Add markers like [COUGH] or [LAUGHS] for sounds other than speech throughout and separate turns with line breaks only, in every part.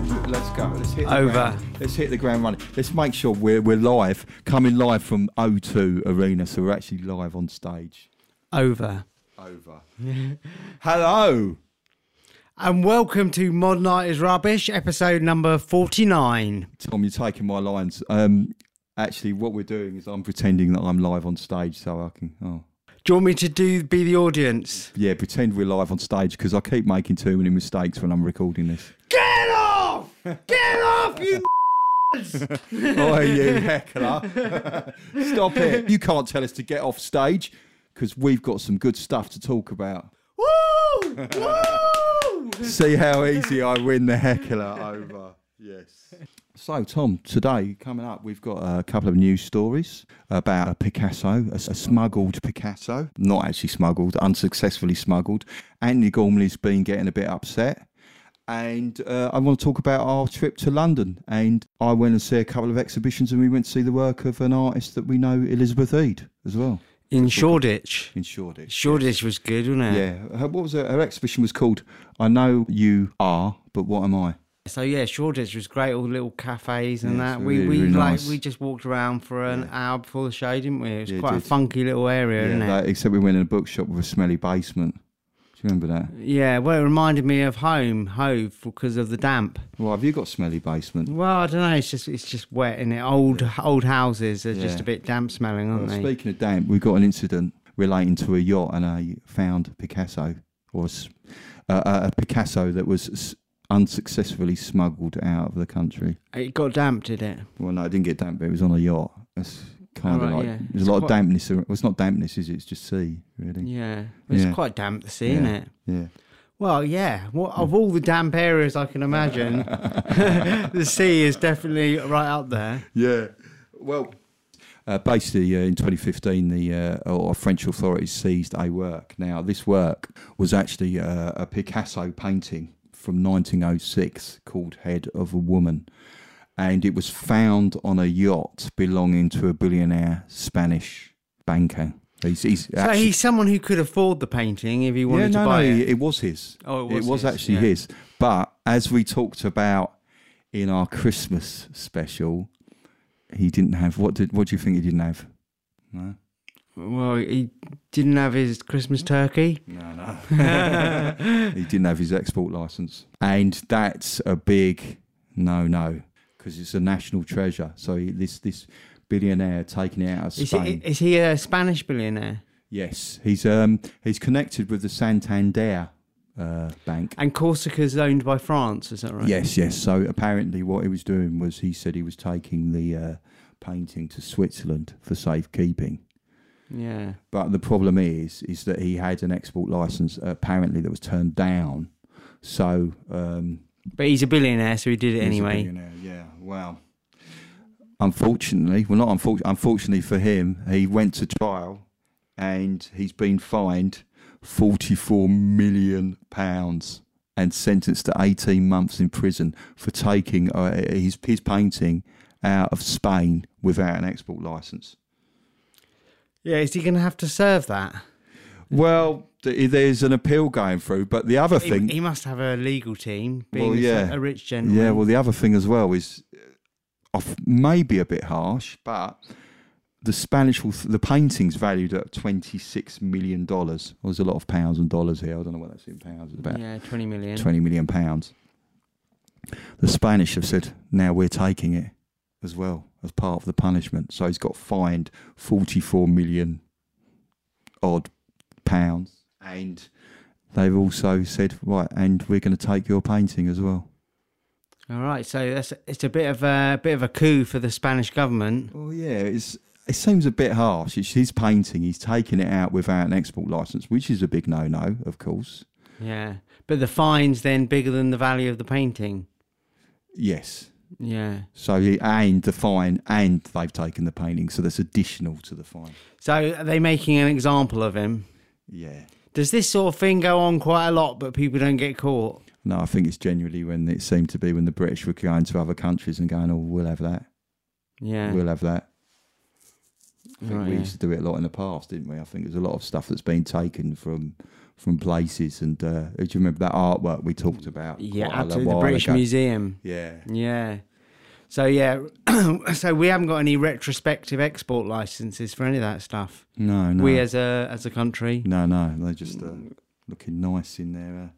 go. Let's hit the
Over.
Ground. Let's hit the ground running. Let's make sure we're, we're live, coming live from O2 Arena, so we're actually live on stage.
Over.
Over. Hello.
And welcome to Mod Night is Rubbish, episode number 49.
Tom, you're taking my lines. Um, actually, what we're doing is I'm pretending that I'm live on stage so I can. Oh.
Do you want me to do be the audience?
Yeah, pretend we're live on stage because I keep making too many mistakes when I'm recording this.
Get off! Get off, you [LAUGHS]
oh, you heckler. [LAUGHS] Stop it. You can't tell us to get off stage because we've got some good stuff to talk about.
Woo! Woo!
See how easy I win the heckler over. Yes. So, Tom, today coming up, we've got a couple of news stories about a Picasso, a, a smuggled Picasso, not actually smuggled, unsuccessfully smuggled. Anthony Gormley's been getting a bit upset. And uh, I want to talk about our trip to London. And I went and see a couple of exhibitions, and we went to see the work of an artist that we know, Elizabeth Eade, as well,
In Shoreditch.
in Shoreditch.
Shoreditch was good, wasn't it?
Yeah. Her, what was her, her exhibition was called I Know You Are, but What Am I?
So yeah, Shoreditch was great. All the little cafes and
Yeah,
that.
it's
We
really,
we
really
like
nice.
we just walked around for an hour before the show, didn't we? It was
Yeah, it
quite a
did.
funky little area,
Yeah,
isn't it?
like- except we went in a bookshop with a smelly basement. Do you remember that?
yeah. Well, it reminded me of home, Hove, because of the damp.
Well, have you got smelly basement?
Well, I don't know. It's just it's just wet in it. Old old houses are just
Yeah.
a bit damp smelling,
Well,
aren't they?
speaking of damp, we got an incident relating to a yacht and a found Picasso or s- uh, a Picasso that was s- unsuccessfully smuggled out of the country.
It got damp, did it?
Well, no, it didn't get damp, but it was on a yacht. That's kind of
Alright,
like
yeah.
there's
It's
a lot of
quite-
dampness. ar- Well, it's not dampness, is it? It's just sea, really.
Yeah, it's
Yeah.
quite damp to see, isn't
Yeah.
it?
Yeah.
Well, yeah. Well, of all the damp areas I can imagine, [LAUGHS] the sea is definitely right up there.
yeah. Well, uh, basically, uh, in 2015, the uh, or French authorities seized a work. Now, this work was actually uh, a Picasso painting from 1906 called "Head of a Woman," and it was found on a yacht belonging to a billionaire Spanish banker. He's, he's
So he's someone who could afford the painting if he wanted
yeah, no,
to buy
no,
it.
it. was his.
Oh, it was his,
actually
yeah.
his. But as we talked about in our Christmas special, he didn't have. What did? What do you think he didn't have? No,
Well, he didn't have his Christmas turkey.
no, no. [LAUGHS] he didn't have his export license, and that's a big no, no, because it's a national treasure. So he, this this billionaire taking it out of
Is
Spain.
he, is he a Spanish billionaire?
yes, he's um he's connected with the Santander uh, bank.
And Corsica's owned by France, is that right?
Yes, yes. So apparently, what he was doing was he said he was taking the uh, painting to Switzerland for safekeeping.
Yeah.
But the problem is, is that he had an export license apparently that was turned down. So um,
But he's a billionaire, so he did it
he's a
anyway.
billionaire. yeah. Wow. Unfortunately, well, not unfortunately. Unfortunately for him, he went to trial, and he's been fined forty-four million pounds and sentenced to eighteen months in prison for taking uh, his his painting out of Spain without an export license.
Yeah, is he going to have to serve that?
Well, th- there's an appeal going through, but the other
He,
thing,
he must have a legal team, being
Well,
a-
yeah.
a rich gentleman.
Yeah, well, the other thing as well is, uh, off maybe a bit harsh, but the Spanish, auth- the painting's valued at twenty six million dollars. There's a lot of pounds and dollars here. I don't know what that's in pounds. It's about
yeah, 20 million.
twenty million pounds. The Spanish have said now we're taking it as well as part of the punishment. So he's got fined forty four million odd pounds, and they've also said right, and we're going to take your painting as well.
All right, so that's it's a bit of a bit of a coup for the Spanish government.
Well, yeah, it's it seems a bit harsh. It's his painting. He's taking it out without an export license, which is a big no-no, of course.
Yeah, but the fine's then bigger than the value of the painting.
Yes.
Yeah.
So he and the fine, and they've taken the painting, so that's additional to the fine.
So are they making an example of him?
Yeah.
Does this sort of thing go on quite a lot, but people don't get caught?
No, I think it's generally when it seemed to be when the British were going to other countries and going, "Oh, we'll have that,
Yeah.
we'll have that." I think
Right,
we
yeah.
used to do it a lot in the past, didn't we? I think there's a lot of stuff that's been taken from from places. And uh, do you remember that artwork we talked about?
Yeah,
quite a
absolutely. The
while
British
ago?
Museum.
Yeah.
Yeah. So yeah, [CLEARS THROAT] so we haven't got any retrospective export licenses for any of that stuff.
No, no.
We as a as a country.
No, no, they're just uh, looking nice in there. Uh,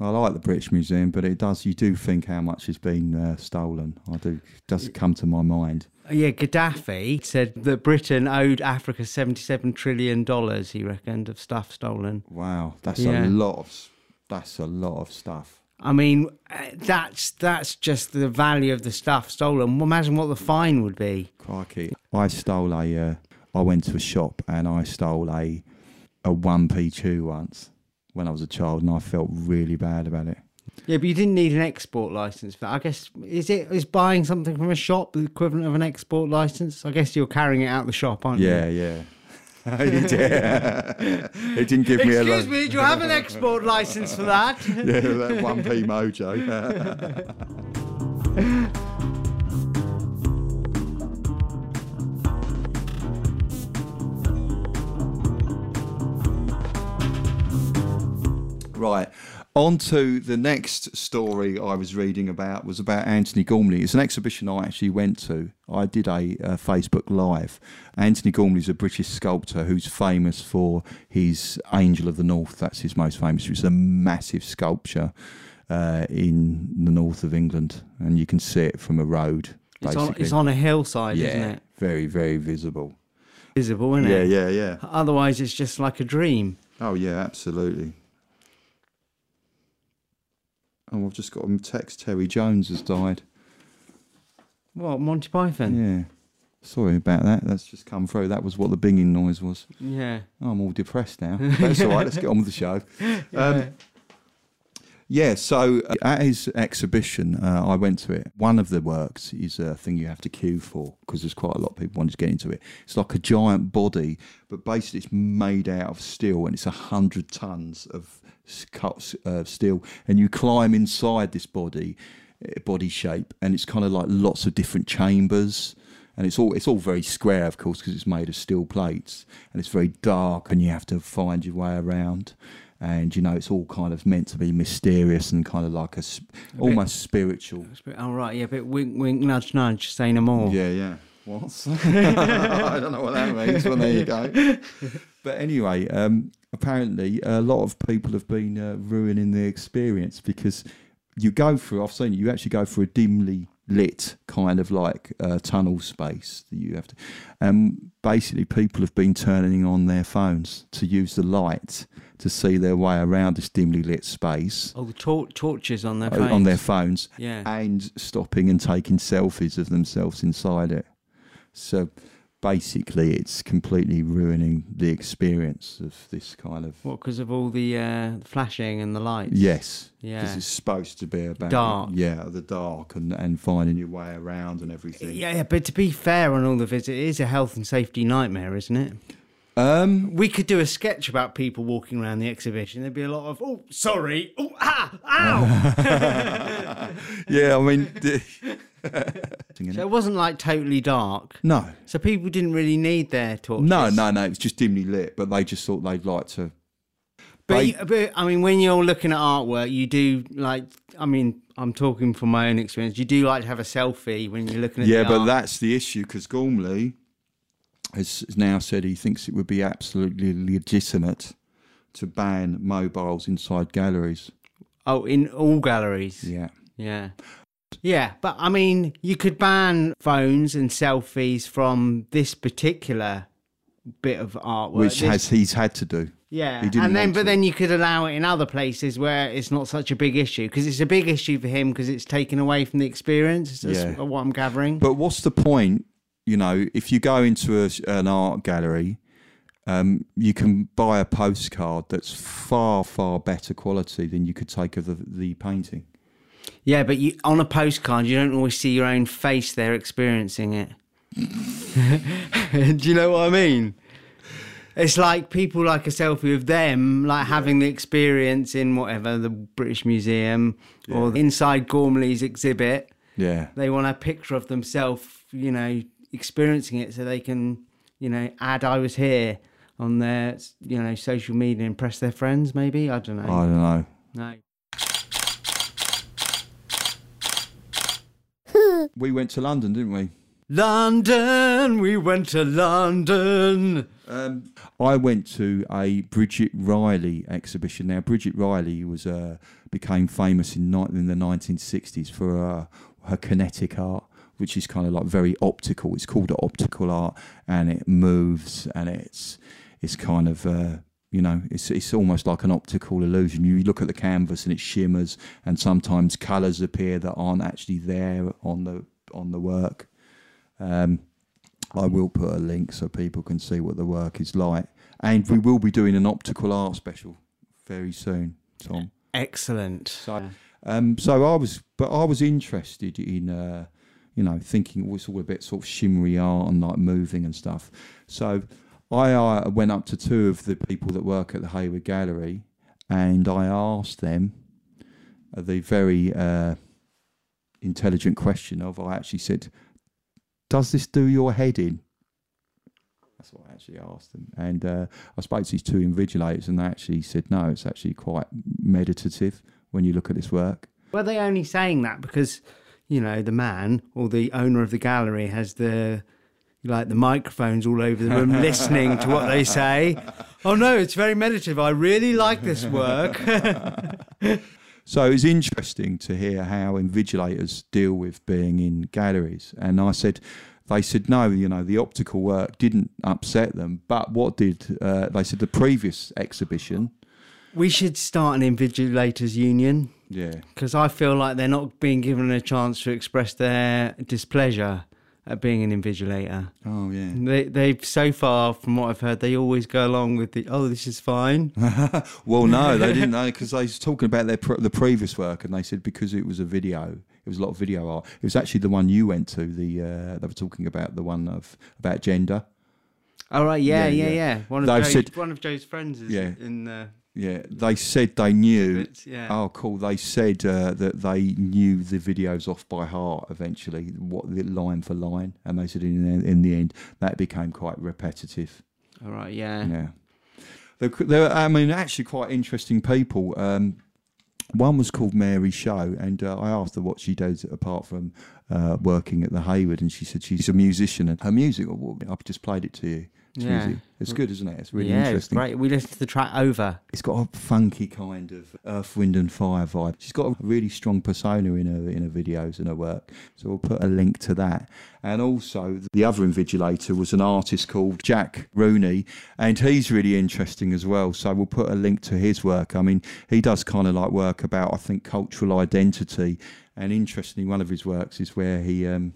I like the British Museum, but it does. You do think how much has been uh, stolen. I do. Does come to my mind.
Yeah, Gaddafi said that Britain owed Africa seventy-seven trillion dollars. He reckoned of stuff stolen.
Wow, that's
Yeah.
a lot of. s- That's a lot of stuff.
I mean, uh, that's that's just the value of the stuff stolen. Well, Imagine what the fine would be.
Crikey! I stole a. Uh, I went to a shop and I stole a a one p chew once when I was a child, and I felt really bad about it.
Yeah, but you didn't need an export license for that. I guess is it is buying something from a shop the equivalent of an export license? I guess you're carrying it out the shop, aren't you?
Yeah, yeah. [LAUGHS] it, did. [LAUGHS] it didn't give me a.
Excuse
lot.
me, do you have an export license for that?
[LAUGHS] yeah, that one p mojo. [LAUGHS] right, on to the next story I was reading about was about Anthony Gormley. It's an exhibition I actually went to. I did a uh, Facebook Live. Anthony Gormley is a British sculptor who's famous for his Angel of the North. That's his most famous. It's a massive sculpture uh, in the north of England, and you can see it from a road.
It's
Basically.
on, it's on a hillside,
yeah,
isn't it?
very, very visible.
Visible, isn't it?
yeah, yeah.
Otherwise, it's just like a dream.
Oh yeah, absolutely. Oh, I've just got a text. Terry Jones has died.
What Monty Python?
Yeah, sorry about that. That's just come through. That was what the binging noise was.
Yeah.
Oh, I'm all depressed now. That's all right. Let's get on with the show. Um,
Yeah.
Yeah, so uh, at his exhibition, uh, I went to it. One of the works is a thing you have to queue for because there's quite a lot of people wanting to get into it. It's like a giant body, but basically it's made out of steel and it's a hundred tons of s- cut s- uh, steel, and you climb inside this body, uh, body shape, and it's kind of like lots of different chambers. And it's all it's all very square, of course, because it's made of steel plates, and it's very dark, and you have to find your way around and you know it's all kind of meant to be mysterious and kind of like a, s- almost spiritual.
It's a bit- All right, yeah, but wink, wink, nudge, nudge, say no more.
Yeah, yeah. What? [LAUGHS] I don't know what that means. Well, there you go. But anyway, um, apparently a lot of people have been uh, ruining the experience because you go through. I've seen it, you actually go through a dimly lit kind of like uh, tunnel space that you have to, and basically people have been turning on their phones to use the light to see their way around this dimly lit space.
Oh, the tor- torches on their
o- Oh, on their
phones.
phones
[LAUGHS] Yeah.
and stopping and taking selfies of themselves inside it. So basically, it's completely ruining the experience of this kind of.
What? Because of all the uh, flashing and the lights.
Yes, because
Yeah.
it's supposed to be about
Dark.
Yeah, the dark and, and finding your way around and everything.
Yeah, yeah, but to be fair on all the visits, it is a health and safety nightmare, isn't it?
Um.
We could do a sketch about people walking around the exhibition. There'd be a lot of, oh, sorry, oh, ah,
[LAUGHS]
ow.
[LAUGHS] Yeah. I mean.
so it wasn't like totally dark.
no.
So people didn't really need their torches.
No. No. No. It's just dimly lit, but they just thought they'd like to.
But,
They-
you, but I mean, when you're looking at artwork, you do like. I mean, I'm talking from my own experience. You do like to have a selfie when you're looking at.
Yeah,
the
but
art.
that's the issue because Gormley has now said he thinks it would be absolutely legitimate to ban mobiles inside galleries.
Oh, in all galleries.
Yeah.
Yeah. Yeah, but I mean, you could ban phones and selfies from this particular bit of artwork.
Which
this-
has he's had to do.
Yeah,
He didn't
and then
want
but
to.
then you could allow it in other places where it's not such a big issue because it's a big issue for him because it's taken away from the experience. That's
Yeah.
what I'm gathering.
But what's the point, you know, if you go into a, an art gallery, um, you can buy a postcard that's far, far better quality than you could take of the, the painting.
yeah, but you on a postcard you don't always see your own face there experiencing it. [LAUGHS] Do you know what I mean? It's like people like a selfie of them, like having the experience in whatever the British Museum or inside Gormley's exhibit.
Yeah.
they want a picture of themselves, you know, experiencing it so they can, you know, add I was here. on their you know social media, impress their friends. Maybe I don't know.
I don't know.
no.
We went to London, didn't we?
London, we went to London.
Um, I went to a Bridget Riley exhibition. Now, Bridget Riley was uh, became famous in, ni- in the 1960s for uh, her kinetic art, which is kind of like very optical. It's called optical art, and it moves, and it's it's kind of uh, you know it's it's almost like an optical illusion. You look at the canvas, and it shimmers, and sometimes colours appear that aren't actually there on the on the work. Um, I will put a link so people can see what the work is like. And we will be doing an optical art special very soon, Tom.
Excellent.
So, um, so I was, but I was interested in, uh, you know, thinking it was all a bit sort of shimmery art and like moving and stuff. So I uh, went up to two of the people that work at the Hayward Gallery and I asked them the very uh, intelligent question of, I actually said, does this do your head in? That's what I actually asked them. And uh, I spoke to these two invigilators, and they actually said, no, it's actually quite meditative when you look at this work.
Were they only saying that because, you know, the man or the owner of the gallery has the like the microphones all over the room listening to what they say? Oh no, it's very meditative. I really like this work.
So it's interesting to hear how invigilators deal with being in galleries. And I said, they said, no, you know, the optical work didn't upset them. But what did, uh, they said, the previous exhibition.
we should start an invigilators union
Yeah.
because I feel like they're not being given a chance to express their displeasure at being an invigilator.
Oh, yeah. [LAUGHS]
They, they've so far, from what I've heard, they always go along with the oh, this
[LAUGHS]
is fine.
Well, no, they didn't know because they was talking about their pr- the previous work, and they said because it was a video, it was a lot of video art. It was actually the one you went to. The uh, they were talking about the one of about gender.
All right, yeah,
Yeah,
yeah, yeah.
yeah.
One of
They've
Joe's,
said-
one of Joe's friends is
Yeah.
in the
Yeah, they said they knew.
bits, yeah.
Oh, cool. They said uh, that they knew the videos off by heart eventually, what the line for line, and they said in the, in the end that became quite repetitive.
All right, yeah.
Yeah. They're, qu- they're, I mean, actually quite interesting people. Um, one was called Mary Show, and uh, I asked her what she does apart from uh, working at the Hayward, and she said she's a musician, and her music, well, I've just played it to you. It's,
Yeah.
music. it's good, isn't it? It's really
yeah, it's
interesting.
great. We listened to the track over.
It's got a funky kind of earth, wind, and fire vibe. She's got a really strong persona in her in her videos and her work. So we'll put a link to that. And also, the other invigilator was an artist called Jack Rooney, and he's really interesting as well. So we'll put a link to his work. I mean, he does kind of like work about I think cultural identity, and interestingly, one of his works is where he um,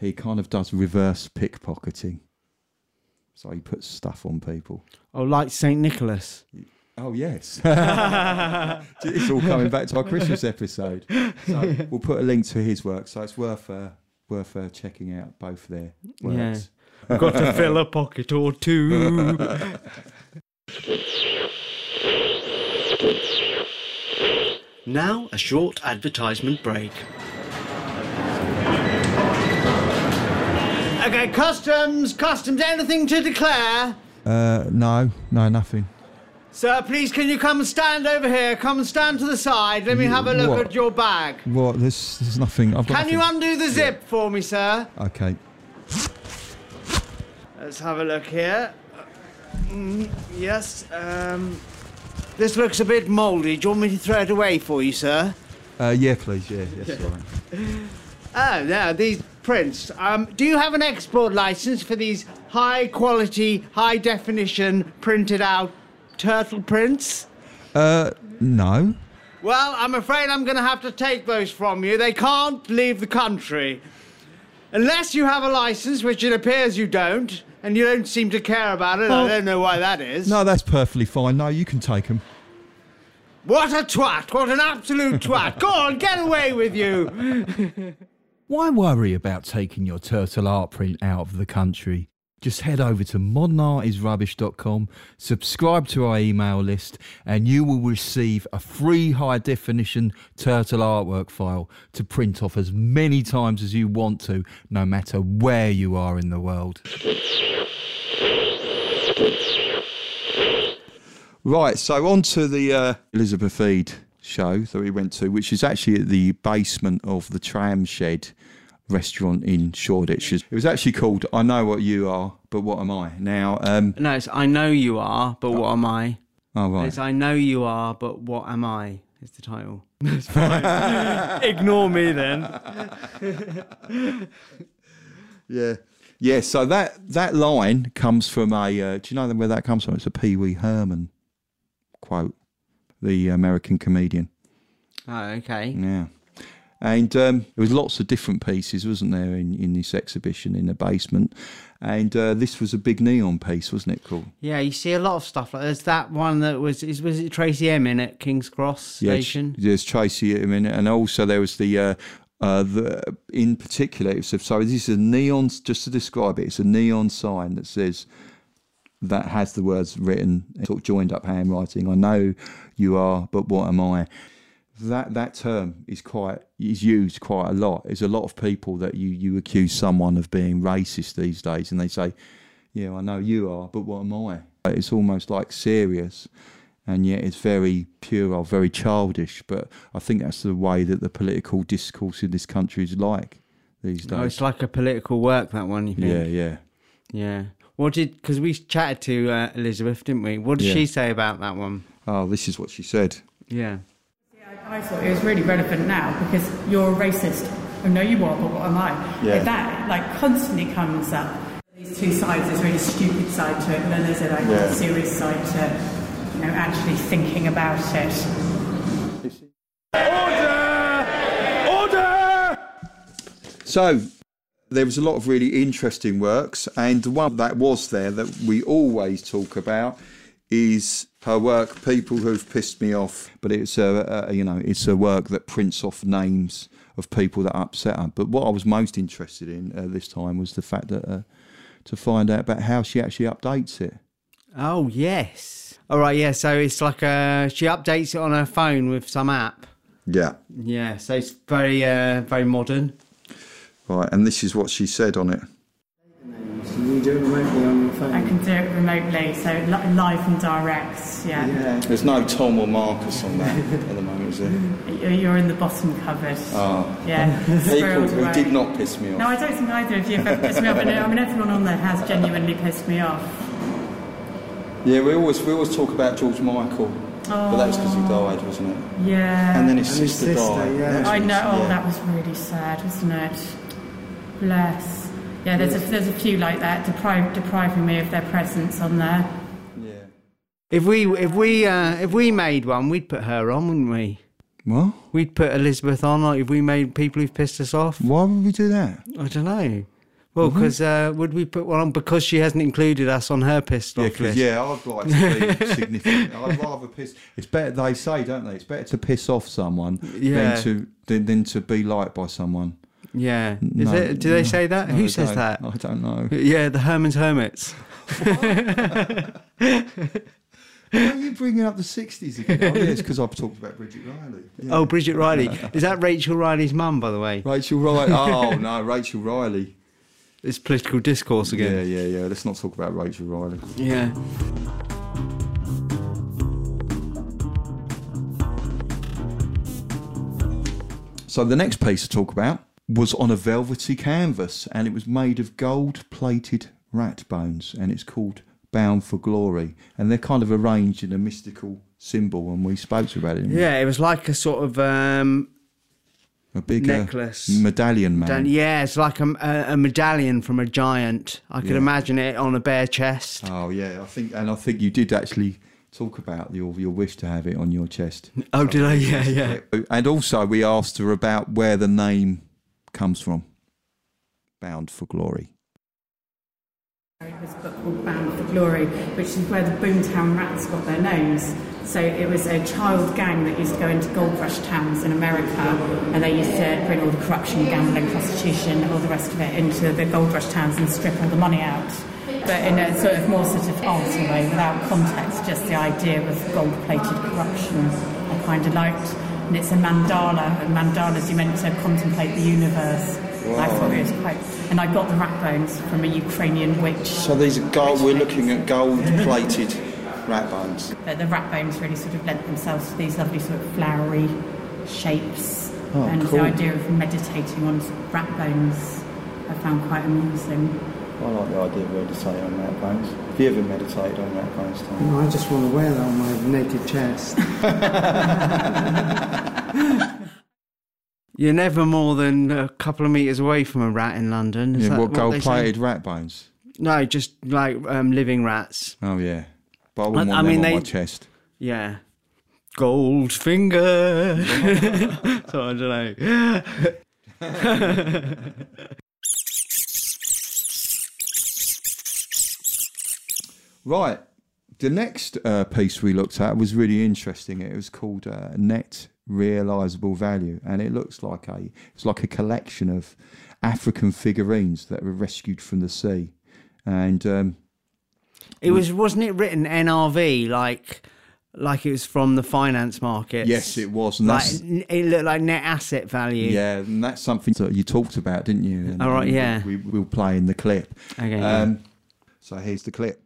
he kind of does reverse pickpocketing. So he puts stuff on people.
Oh, like St. Nicholas.
Oh yes, [LAUGHS] it's all coming back to our Christmas episode. So we'll put a link to his work, so it's worth uh, worth uh, checking out both their works.
Got to fill a pocket or two. now, a short advertisement break. Okay, customs, customs, anything to declare?
Uh, no, no, nothing.
Sir, please can you come and stand over here? Come and stand to the side. Let me
You-
have a look
what?
at your bag.
Well, there's there's nothing. I've
Can you undo the zip for me, sir?
okay.
Let's have a look here. Mm, yes, um, this looks a bit mouldy. Do you want me to throw it away for you, sir?
Uh, yeah, please. Yeah, yes, sorry.
Oh, no, these prints. Um, do you have an export license for these high quality, high definition printed out turtle prints?
Uh, no.
Well, I'm afraid I'm going to have to take those from you. They can't leave the country. Unless you have a license, which it appears you don't, and you don't seem to care about it.
Well-
I don't know why that is.
No, that's perfectly fine. No, you can take them.
What a twat! What an [LAUGHS] absolute twat! Go on, get away with you!
Why worry about taking your turtle art print out of the country? Just head over to modernartisrubbish.com, subscribe to our email list, and you will receive a free high definition turtle artwork file to print off as many times as you want to, no matter where you are in the world.
Right, so on to the uh, Elizabeth Ead show that we went to, which is actually at the basement of the tram shed restaurant in Shoreditch. It was actually called I Know What You Are, But What Am I? Now, um,
No, it's I know you are, but what am I?
oh, right.
It's I know you are, but what am I? Is the title. [LAUGHS] It's [LAUGHS] fine. Ignore me then.
Yeah. Yeah, so that, that line comes from a, uh, do you know where that comes from? It's a Pee Wee Herman quote, the American comedian.
Oh, okay.
Yeah. And um, there was lots of different pieces, wasn't there, in, in this exhibition in the basement? And uh, this was a big neon piece, wasn't it? Cool.
Yeah, you see a lot of stuff like there's that one that was is was it Tracy Emin at King's Cross Station?
Yeah, there's Tracy in it, and also there was the. Uh, uh, the in particular, it's a, so this is a neon. Just to describe it, it's a neon sign that says that has the words written, sort of joined up handwriting. I know you are, but what am I? That that term is quite is used quite a lot. There's a lot of people that you you accuse someone of being racist these days, and they say, "Yeah, I know you are, but what am I?" It's almost like serious, and yet it's very puerile, very childish. But I think that's the way that the political discourse in this country is like these
Oh,
days.
it's like a political work that one. You think?
yeah, yeah.
Yeah. What did because we chatted to uh, Elizabeth, didn't we? What did
Yeah.
she say about that one?
Oh, this is what she said.
Yeah.
I thought it was really relevant now because you're a racist. Oh no, you are, but what am I?
Yeah.
That like constantly comes up. These two sides. There's a really stupid side to it, and then there's a like
Yeah.
serious side to you know actually thinking about it.
So there was a lot of really interesting works, and the one that was there that we always talk about is her work "People Who've Pissed Me Off." But it's a, a you know it's a work that prints off names of people that upset her. But what I was most interested in uh, this time was the fact that uh, to find out about how she actually updates it.
Oh yes. All right. Yeah. So it's like uh she updates it on her phone with some app.
Yeah.
Yeah. So it's very uh very modern.
Right, and this is what she said on it.
You do it remotely on your
I
phone.
can do it remotely, so li- live and direct. Yeah.
There's no Tom or Marcus on that at the moment, is there?
You're- You're in the bottom cupboard.
Oh. [LAUGHS]
Yeah. Squirreled away.
not piss me
No, I don't think either of you have ever pissed me off. and I mean, everyone on there has genuinely pissed me off.
Yeah, we always we always talk about George Michael, but that was because he died, wasn't it?
Yeah.
And then his
And his
sister,
sister,
died.
yeah.
That's
I
what-
know. Oh,
yeah.
that was really sad, wasn't it? Bless. Yeah, there's a, there's a few like that, deprive, depriving me of their presence on there.
Yeah.
If we if we uh if we made one, we'd put her on, wouldn't we?
What?
We'd put Elizabeth on. Like if we made people who've pissed us off.
Why would we do that?
I don't know. Well,
Mm-hmm.
because uh, would we put one on because she hasn't included us on her pissed off
Yeah,
list?
yeah, I'd like to be [LAUGHS] significant. I'd rather piss. It's better they say, don't they? It's better to piss off someone
Yeah.
than to than, than to be liked by someone.
Yeah. Is
No,
it? Do they
no,
say that?
no,
Who
they
says
don't.
that?
I don't
[LAUGHS]
know.
Yeah, the Herman's Hermits.
Why are you bringing up the sixties again? Oh, yeah, it's because I've talked about Bridget Riley. Yeah.
Oh, Bridget Riley. Is that Rachel Riley's mum, by the way?
Rachel
[LAUGHS]
Riley. Oh no, Rachel Riley.
It's political discourse
Yeah,
again.
yeah, yeah. Let's not talk about Rachel Riley.
Yeah.
So the next piece to talk about was on a velvety canvas, and it was made of gold-plated rat bones, and it's called Bound for Glory, and they're kind of arranged in a mystical symbol, and we spoke about it. didn't we?
Yeah, it was like a sort of. Um,
a bigger
necklace.
medallion man.
dan- yeah, it's like a, a, a medallion from a giant. I could
Yeah.
imagine it on a bare chest.
Oh yeah, I think, and I think you did actually talk about your your wish to have it on your
[LAUGHS]
chest,
Oh, did I? Yeah, yeah.
and also we asked her about where the name comes from. Bound for Glory.
This book called Bound for Glory, which is where the Boomtown Rats got their names. So it was a child gang that used to go into gold rush towns in America, and they used to bring all the corruption, gambling, prostitution, all the rest of it into the gold rush towns and strip all the money out. But in a sort of more sort of arty way, without context, just the idea of gold-plated corruption I kind of liked. And it's a mandala, and mandalas you're meant to contemplate the universe. I thought it was quite, and I got the rat bones from a Ukrainian witch.
So these are gold. We're looking at gold-plated Rat bones.
But the rat bones really sort of lent themselves to these lovely sort of flowery shapes.
Oh,
and
cool.
the idea of meditating on rat bones I found quite amusing.
I like the idea of meditating on rat bones. Have you ever meditated on rat bones, Tom?
No, Oh, I just want to wear that on my naked chest.
[LAUGHS] You're never more than a couple of meters away from a rat in London. Is
Yeah,
that
what,
they
gold plated
say?
rat bones?
No, just like um, living rats.
Oh, yeah. But I wouldn't
I- I
want them
mean,
on
they-
my chest.
Yeah. Gold finger. [LAUGHS] so I don't know.
Right. The next uh, piece we looked at was really interesting. It was called uh, Net Realizable Value, and it looks like a it's like a collection of African figurines that were rescued from the sea, and um,
It was wasn't it written NRV like like it was from the finance markets?
yes, it was. And
Like
that's,
n- it looked like net asset value.
yeah, and that's something that you talked about, didn't you? And,
All right,
and
yeah.
We, we'll play in the clip.
Okay.
Um, so here's the clip.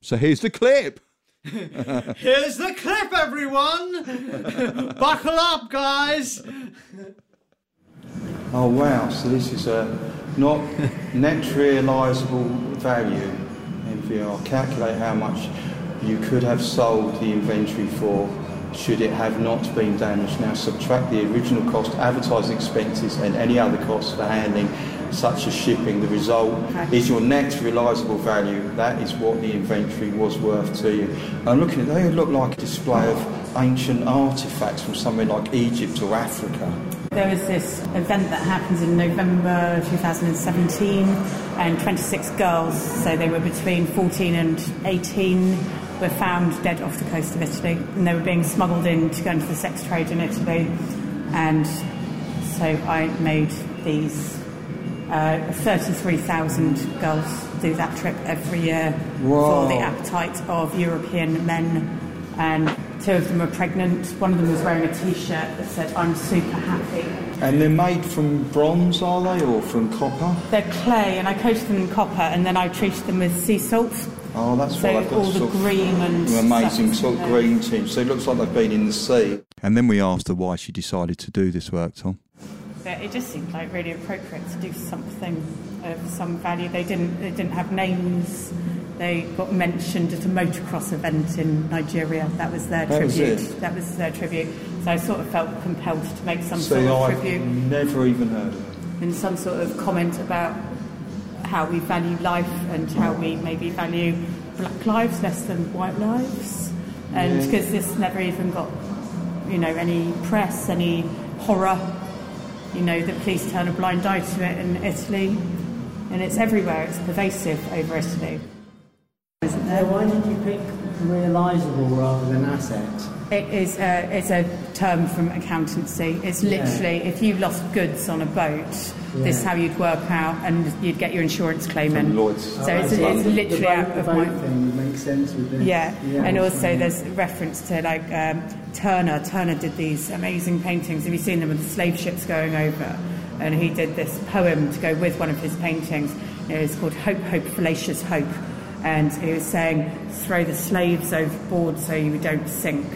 So here's the clip.
Here's the clip, everyone. [LAUGHS] Buckle up, guys.
Oh wow! So this is a not net realisable value NVR. Calculate how much you could have sold the inventory for should it have not been damaged. Now subtract the original cost, advertising expenses, and any other costs for handling, such as shipping. The result is your net realisable value. That is what the inventory was worth to you. I'm looking at they look like a display of ancient artefacts from somewhere like Egypt or Africa.
There was this event that happens in November 2017, and 26 girls, so they were between 14 and 18, were found dead off the coast of Italy, and they were being smuggled in to go into the sex trade in Italy. And so I made these uh, 33,000 girls do that trip every year
Wow.
for the appetite of European men. And two of them were pregnant. One of them was wearing a T-shirt that said "I'm super happy."
And they're made from bronze, are they, or from copper?
They're clay, and I coated them in copper, and then I treated them with sea salt.
Oh, that's
So
why they've got
all the
sort of
green and
an amazing
stuff
sort of
in there.
green tint. So it looks like they've been in the sea. And then we asked her why she decided to do this work, Tom.
But it just seemed like really appropriate to do something of some value. They didn't. They didn't have names. They got mentioned at a motocross event in Nigeria. That was their
That was
tribute.
it?
that was their tribute. So I sort of felt compelled to make some sort
So
of
I've
tribute.
never even heard of it.
and some sort of comment about how we value life and how we maybe value black lives less than white lives. And
Yeah.
because this never even got, you know, any press, any horror. You know, the police turn a blind eye to it in Italy, and it's everywhere. It's pervasive over Italy. Isn't there?
why did you pick realisable rather than asset?
It is a, it's a term from accountancy. It's literally if you lost goods on a boat, this is
Yeah.
how you'd work out, and you'd get your insurance claim in.
From Lloyd's.
So it's, it's
Oh, The
literally out
boat, the
of
boat
my.
thing makes sense with this.
Yeah, and also
fine.
there's reference to like um, Turner. Turner did these amazing paintings. Have you seen them with the slave ships going over? And he did this poem to go with one of his paintings. It was called Hope, Hope, Fallacious Hope. And he was saying, throw the slaves overboard so you don't sink.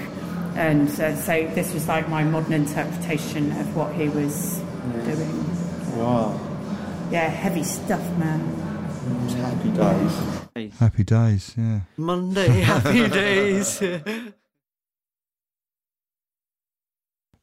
And uh, so this was like my modern interpretation of what he was doing.
Wow.
Yeah, heavy stuff, man.
It's happy days. Happy days, yeah.
Monday, happy days. [LAUGHS]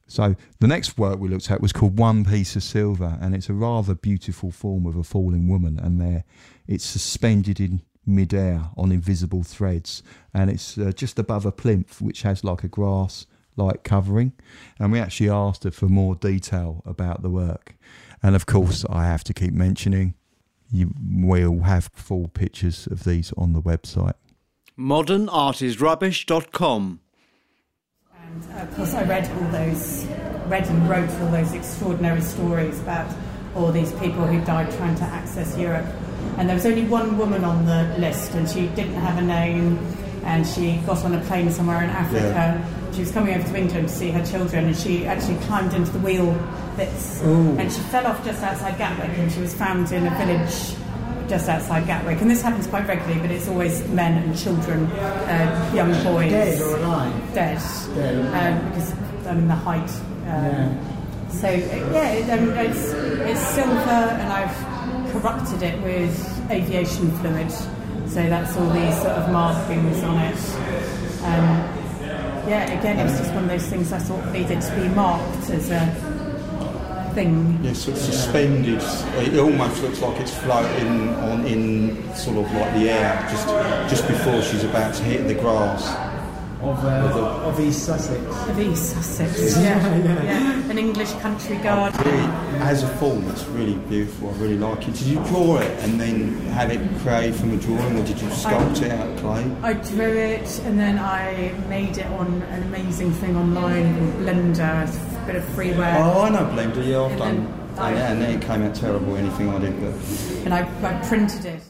So the next work we looked at was called One Piece of Silver, and it's a rather beautiful form of a falling woman, and there it's suspended in midair on invisible threads, and it's uh, just above a plinth which has like a grass like covering, and we actually asked her for more detail about the work, and of course I have to keep mentioning. You will have full pictures of these on the website.
Modernartisrubbish.com.
And uh, of course, I read all those, read and wrote all those extraordinary stories about all these people who died trying to access Europe. And there was only one woman on the list, and she didn't have a name, and she got on a plane somewhere in Africa. She was coming over to England to see her children, and she actually climbed into the wheel bits, and she fell off just outside Gatwick, and she was found in a village just outside Gatwick. And this happens quite regularly, but it's always men and children, uh, young boys.
Dead or alive?
Dead.
Dead.
Um, because, I mean, the height. Um,
Yeah.
So, uh, yeah, it, um, it's, it's silver, and I've corrupted it with aviation fluid. So that's all these sort of markings on it. Um, yeah, again, it's just one of those things I thought needed to be marked as a thing.
Yeah, so it's suspended. It almost looks like it's floating on in sort of like the air, just just before she's about to hit the grass.
Of, uh, of East Sussex.
Of East Sussex, [LAUGHS] yeah, yeah. An English country garden.
Really, as a form, it's really beautiful. I really like it. Did you draw it and then have it created from a drawing, or did you sculpt it out of clay?
I drew it and then I made it on an amazing thing online called Blender, a bit of freeware.
Oh, I know Blender. Yeah, I've
And
done.
then I-
And, and it came out terrible. Anything I did, but.
And I, I printed it.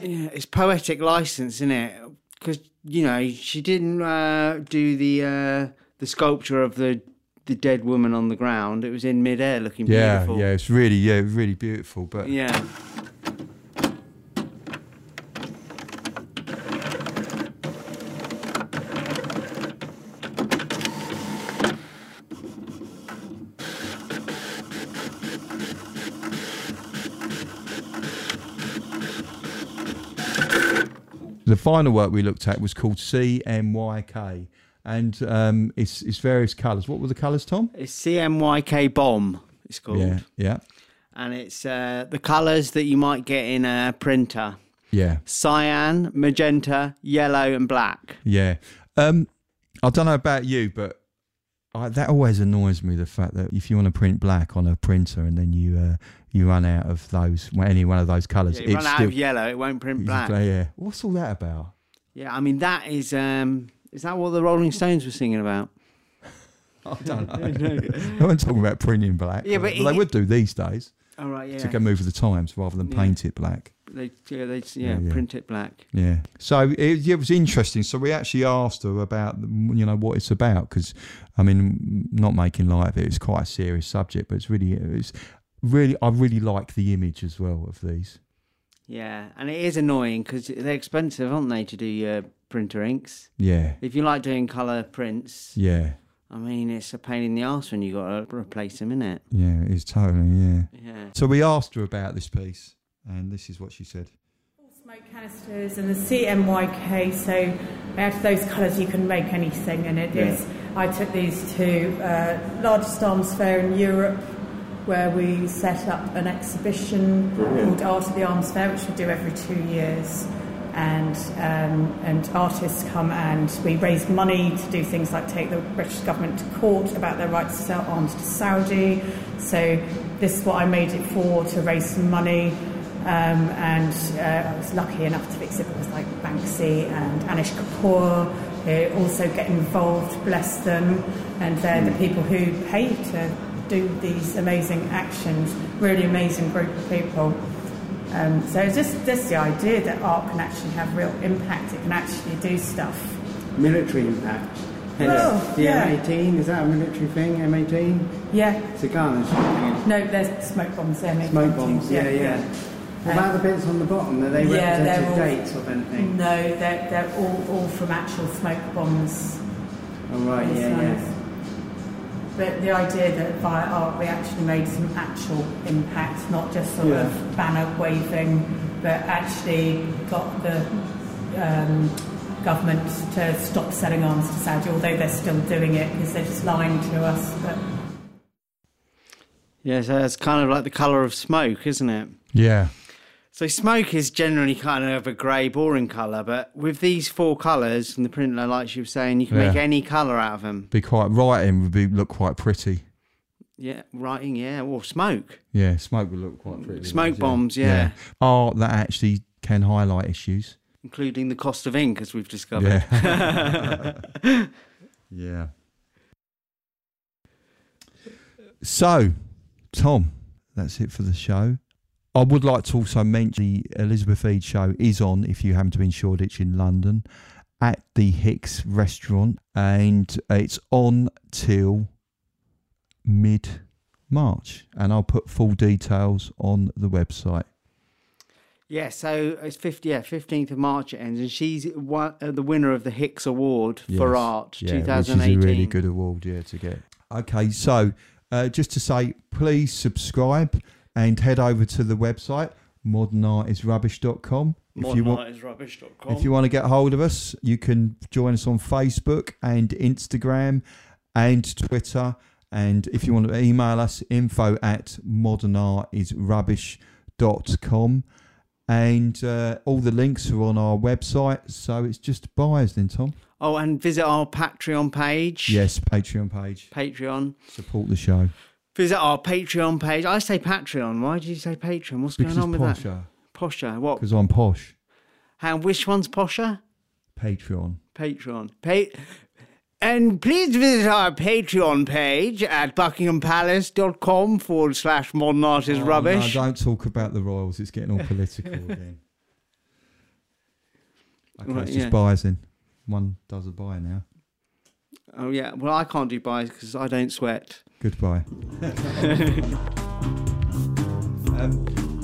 Yeah, it's poetic license, isn't it? Because you know she didn't uh, do the uh, the sculpture of the the dead woman on the ground. It was in midair, looking
Yeah,
beautiful.
yeah, it's really, yeah, really beautiful. But
yeah.
the final work we looked at was called CMYK, and um, it's it's various colours. What were the colours, Tom?
It's CMYK bomb. It's called,
Yeah, yeah,
and it's uh, the colours that you might get in a printer:
yeah,
cyan, magenta, yellow, and black.
yeah. Um, I don't know about you, but I, that always annoys me. The fact that if you want to print black on a printer and then you uh, you run out of those any one of those colours,
Yeah, you run out of yellow, it won't print black.
yeah. What's all that
[LAUGHS]
about?
Yeah, I mean that is um, is that what the Rolling Stones were singing about?
I don't know. [LAUGHS] no one's talking about printing black.
Yeah, but
they
it-
would do these days
All Oh, right, yeah.
to go move with the times rather than
Yeah.
paint it black.
They, yeah, they,
Yeah,
yeah,
yeah.
print it black.
Yeah. So it, it was interesting. So we actually asked her about you know what it's about because I mean not making light of it. It's quite a serious subject, but it's really it's really I really like the image as well of these.
Yeah, and it is annoying because they're expensive, aren't they, to do your printer inks?
Yeah.
If you like doing colour prints,
Yeah.
I mean, it's a pain in the arse when you got to replace them, innit?
Yeah. It's totally yeah.
Yeah.
So we asked her about this piece, and this is what she said.
Smoke canisters and the CMYK, so out of those colours you can make anything, and it is. I took these to uh, largest arms fair in Europe, where we set up an exhibition called Art of the Arms Fair, which we do every two years, and um, and artists come and we raise money to do things like take the British government to court about their rights to sell arms to Saudi. So this is what I made it for to raise some money. Um, and uh, I was lucky enough to fix it with like Banksy and Anish Kapoor, who also get involved, bless them, and they're the people who pay to do these amazing actions. Really amazing group of people. Um, so it's just just the idea that art can actually have real impact. It can actually do stuff.
Military impact.
Well,
the
yeah.
M18, is that a military thing, M18?
Yeah.
It's a gun, isn't it?
No, there's smoke bombs there. mate.
Smoke bombs, yeah, yeah. What about the bits on the bottom? Are they
Yeah, they're
representative
all-
dates of anything?
No, they're, they're all, all from actual smoke bombs.
Oh, right,
These
yeah,
ones. But the idea that via art we actually made some actual impact, not just sort
Yeah.
of banner waving, but actually got the um, government to stop selling arms to Saudi, although they're still doing it because they're just lying to us. But
Yeah, so it's kind of like the colour of smoke, isn't it?
Yeah.
So smoke is generally kind of a grey, boring colour, but with these four colours and the printer, like she was saying, you can make
Yeah.
any colour out of them.
Be quite writing would be look quite pretty.
Yeah, writing, yeah, or smoke.
Yeah, smoke would look quite pretty.
Smoke
yeah.
bombs, yeah.
Art that actually can highlight issues.
including the cost of ink, as we've discovered.
Yeah. yeah. So, Tom, that's it for the show. I would like to also mention the Elizabeth Eade show is on if you happen to be in Shoreditch in London at the Hicks restaurant and it's on till mid March and I'll put full details on the website.
[LAUGHS] Yeah, so it's 50, yeah, 15th of March it ends, and she's wa- uh, the winner of the Hicks Award for
Yes.
Art
Yeah,
2018.
Which is a really good award, yeah, to get.
Okay, so uh, just to say, please subscribe and head over to the website modernartisrubbish.com. If you want, if you want to get hold of us, you can join us on Facebook and Instagram and Twitter. And if you want to email us, info at modernartisrubbish.com. And uh, all the links are on our website. So it's just buyers then, Tom.
Oh, and visit our Patreon page.
Yes, Patreon page.
Patreon.
Support the show.
Visit our Patreon page. I say Patreon. Why do you say Patreon? What's
Because
going on
it's
with that?
posher.
Posher. What?
Because I'm posh.
And which one's Posher?
Patreon.
Patreon. Pa- and please visit our Patreon page at buckingham.palace.com forward slash modern artist
Oh,
rubbish.
No, don't talk about the Royals.
[LAUGHS]
It's getting all political again. Okay,
Right,
it's just
yeah.
buys in. One does a buy now.
oh, yeah. Well, I can't do buys because I don't sweat.
Goodbye. um,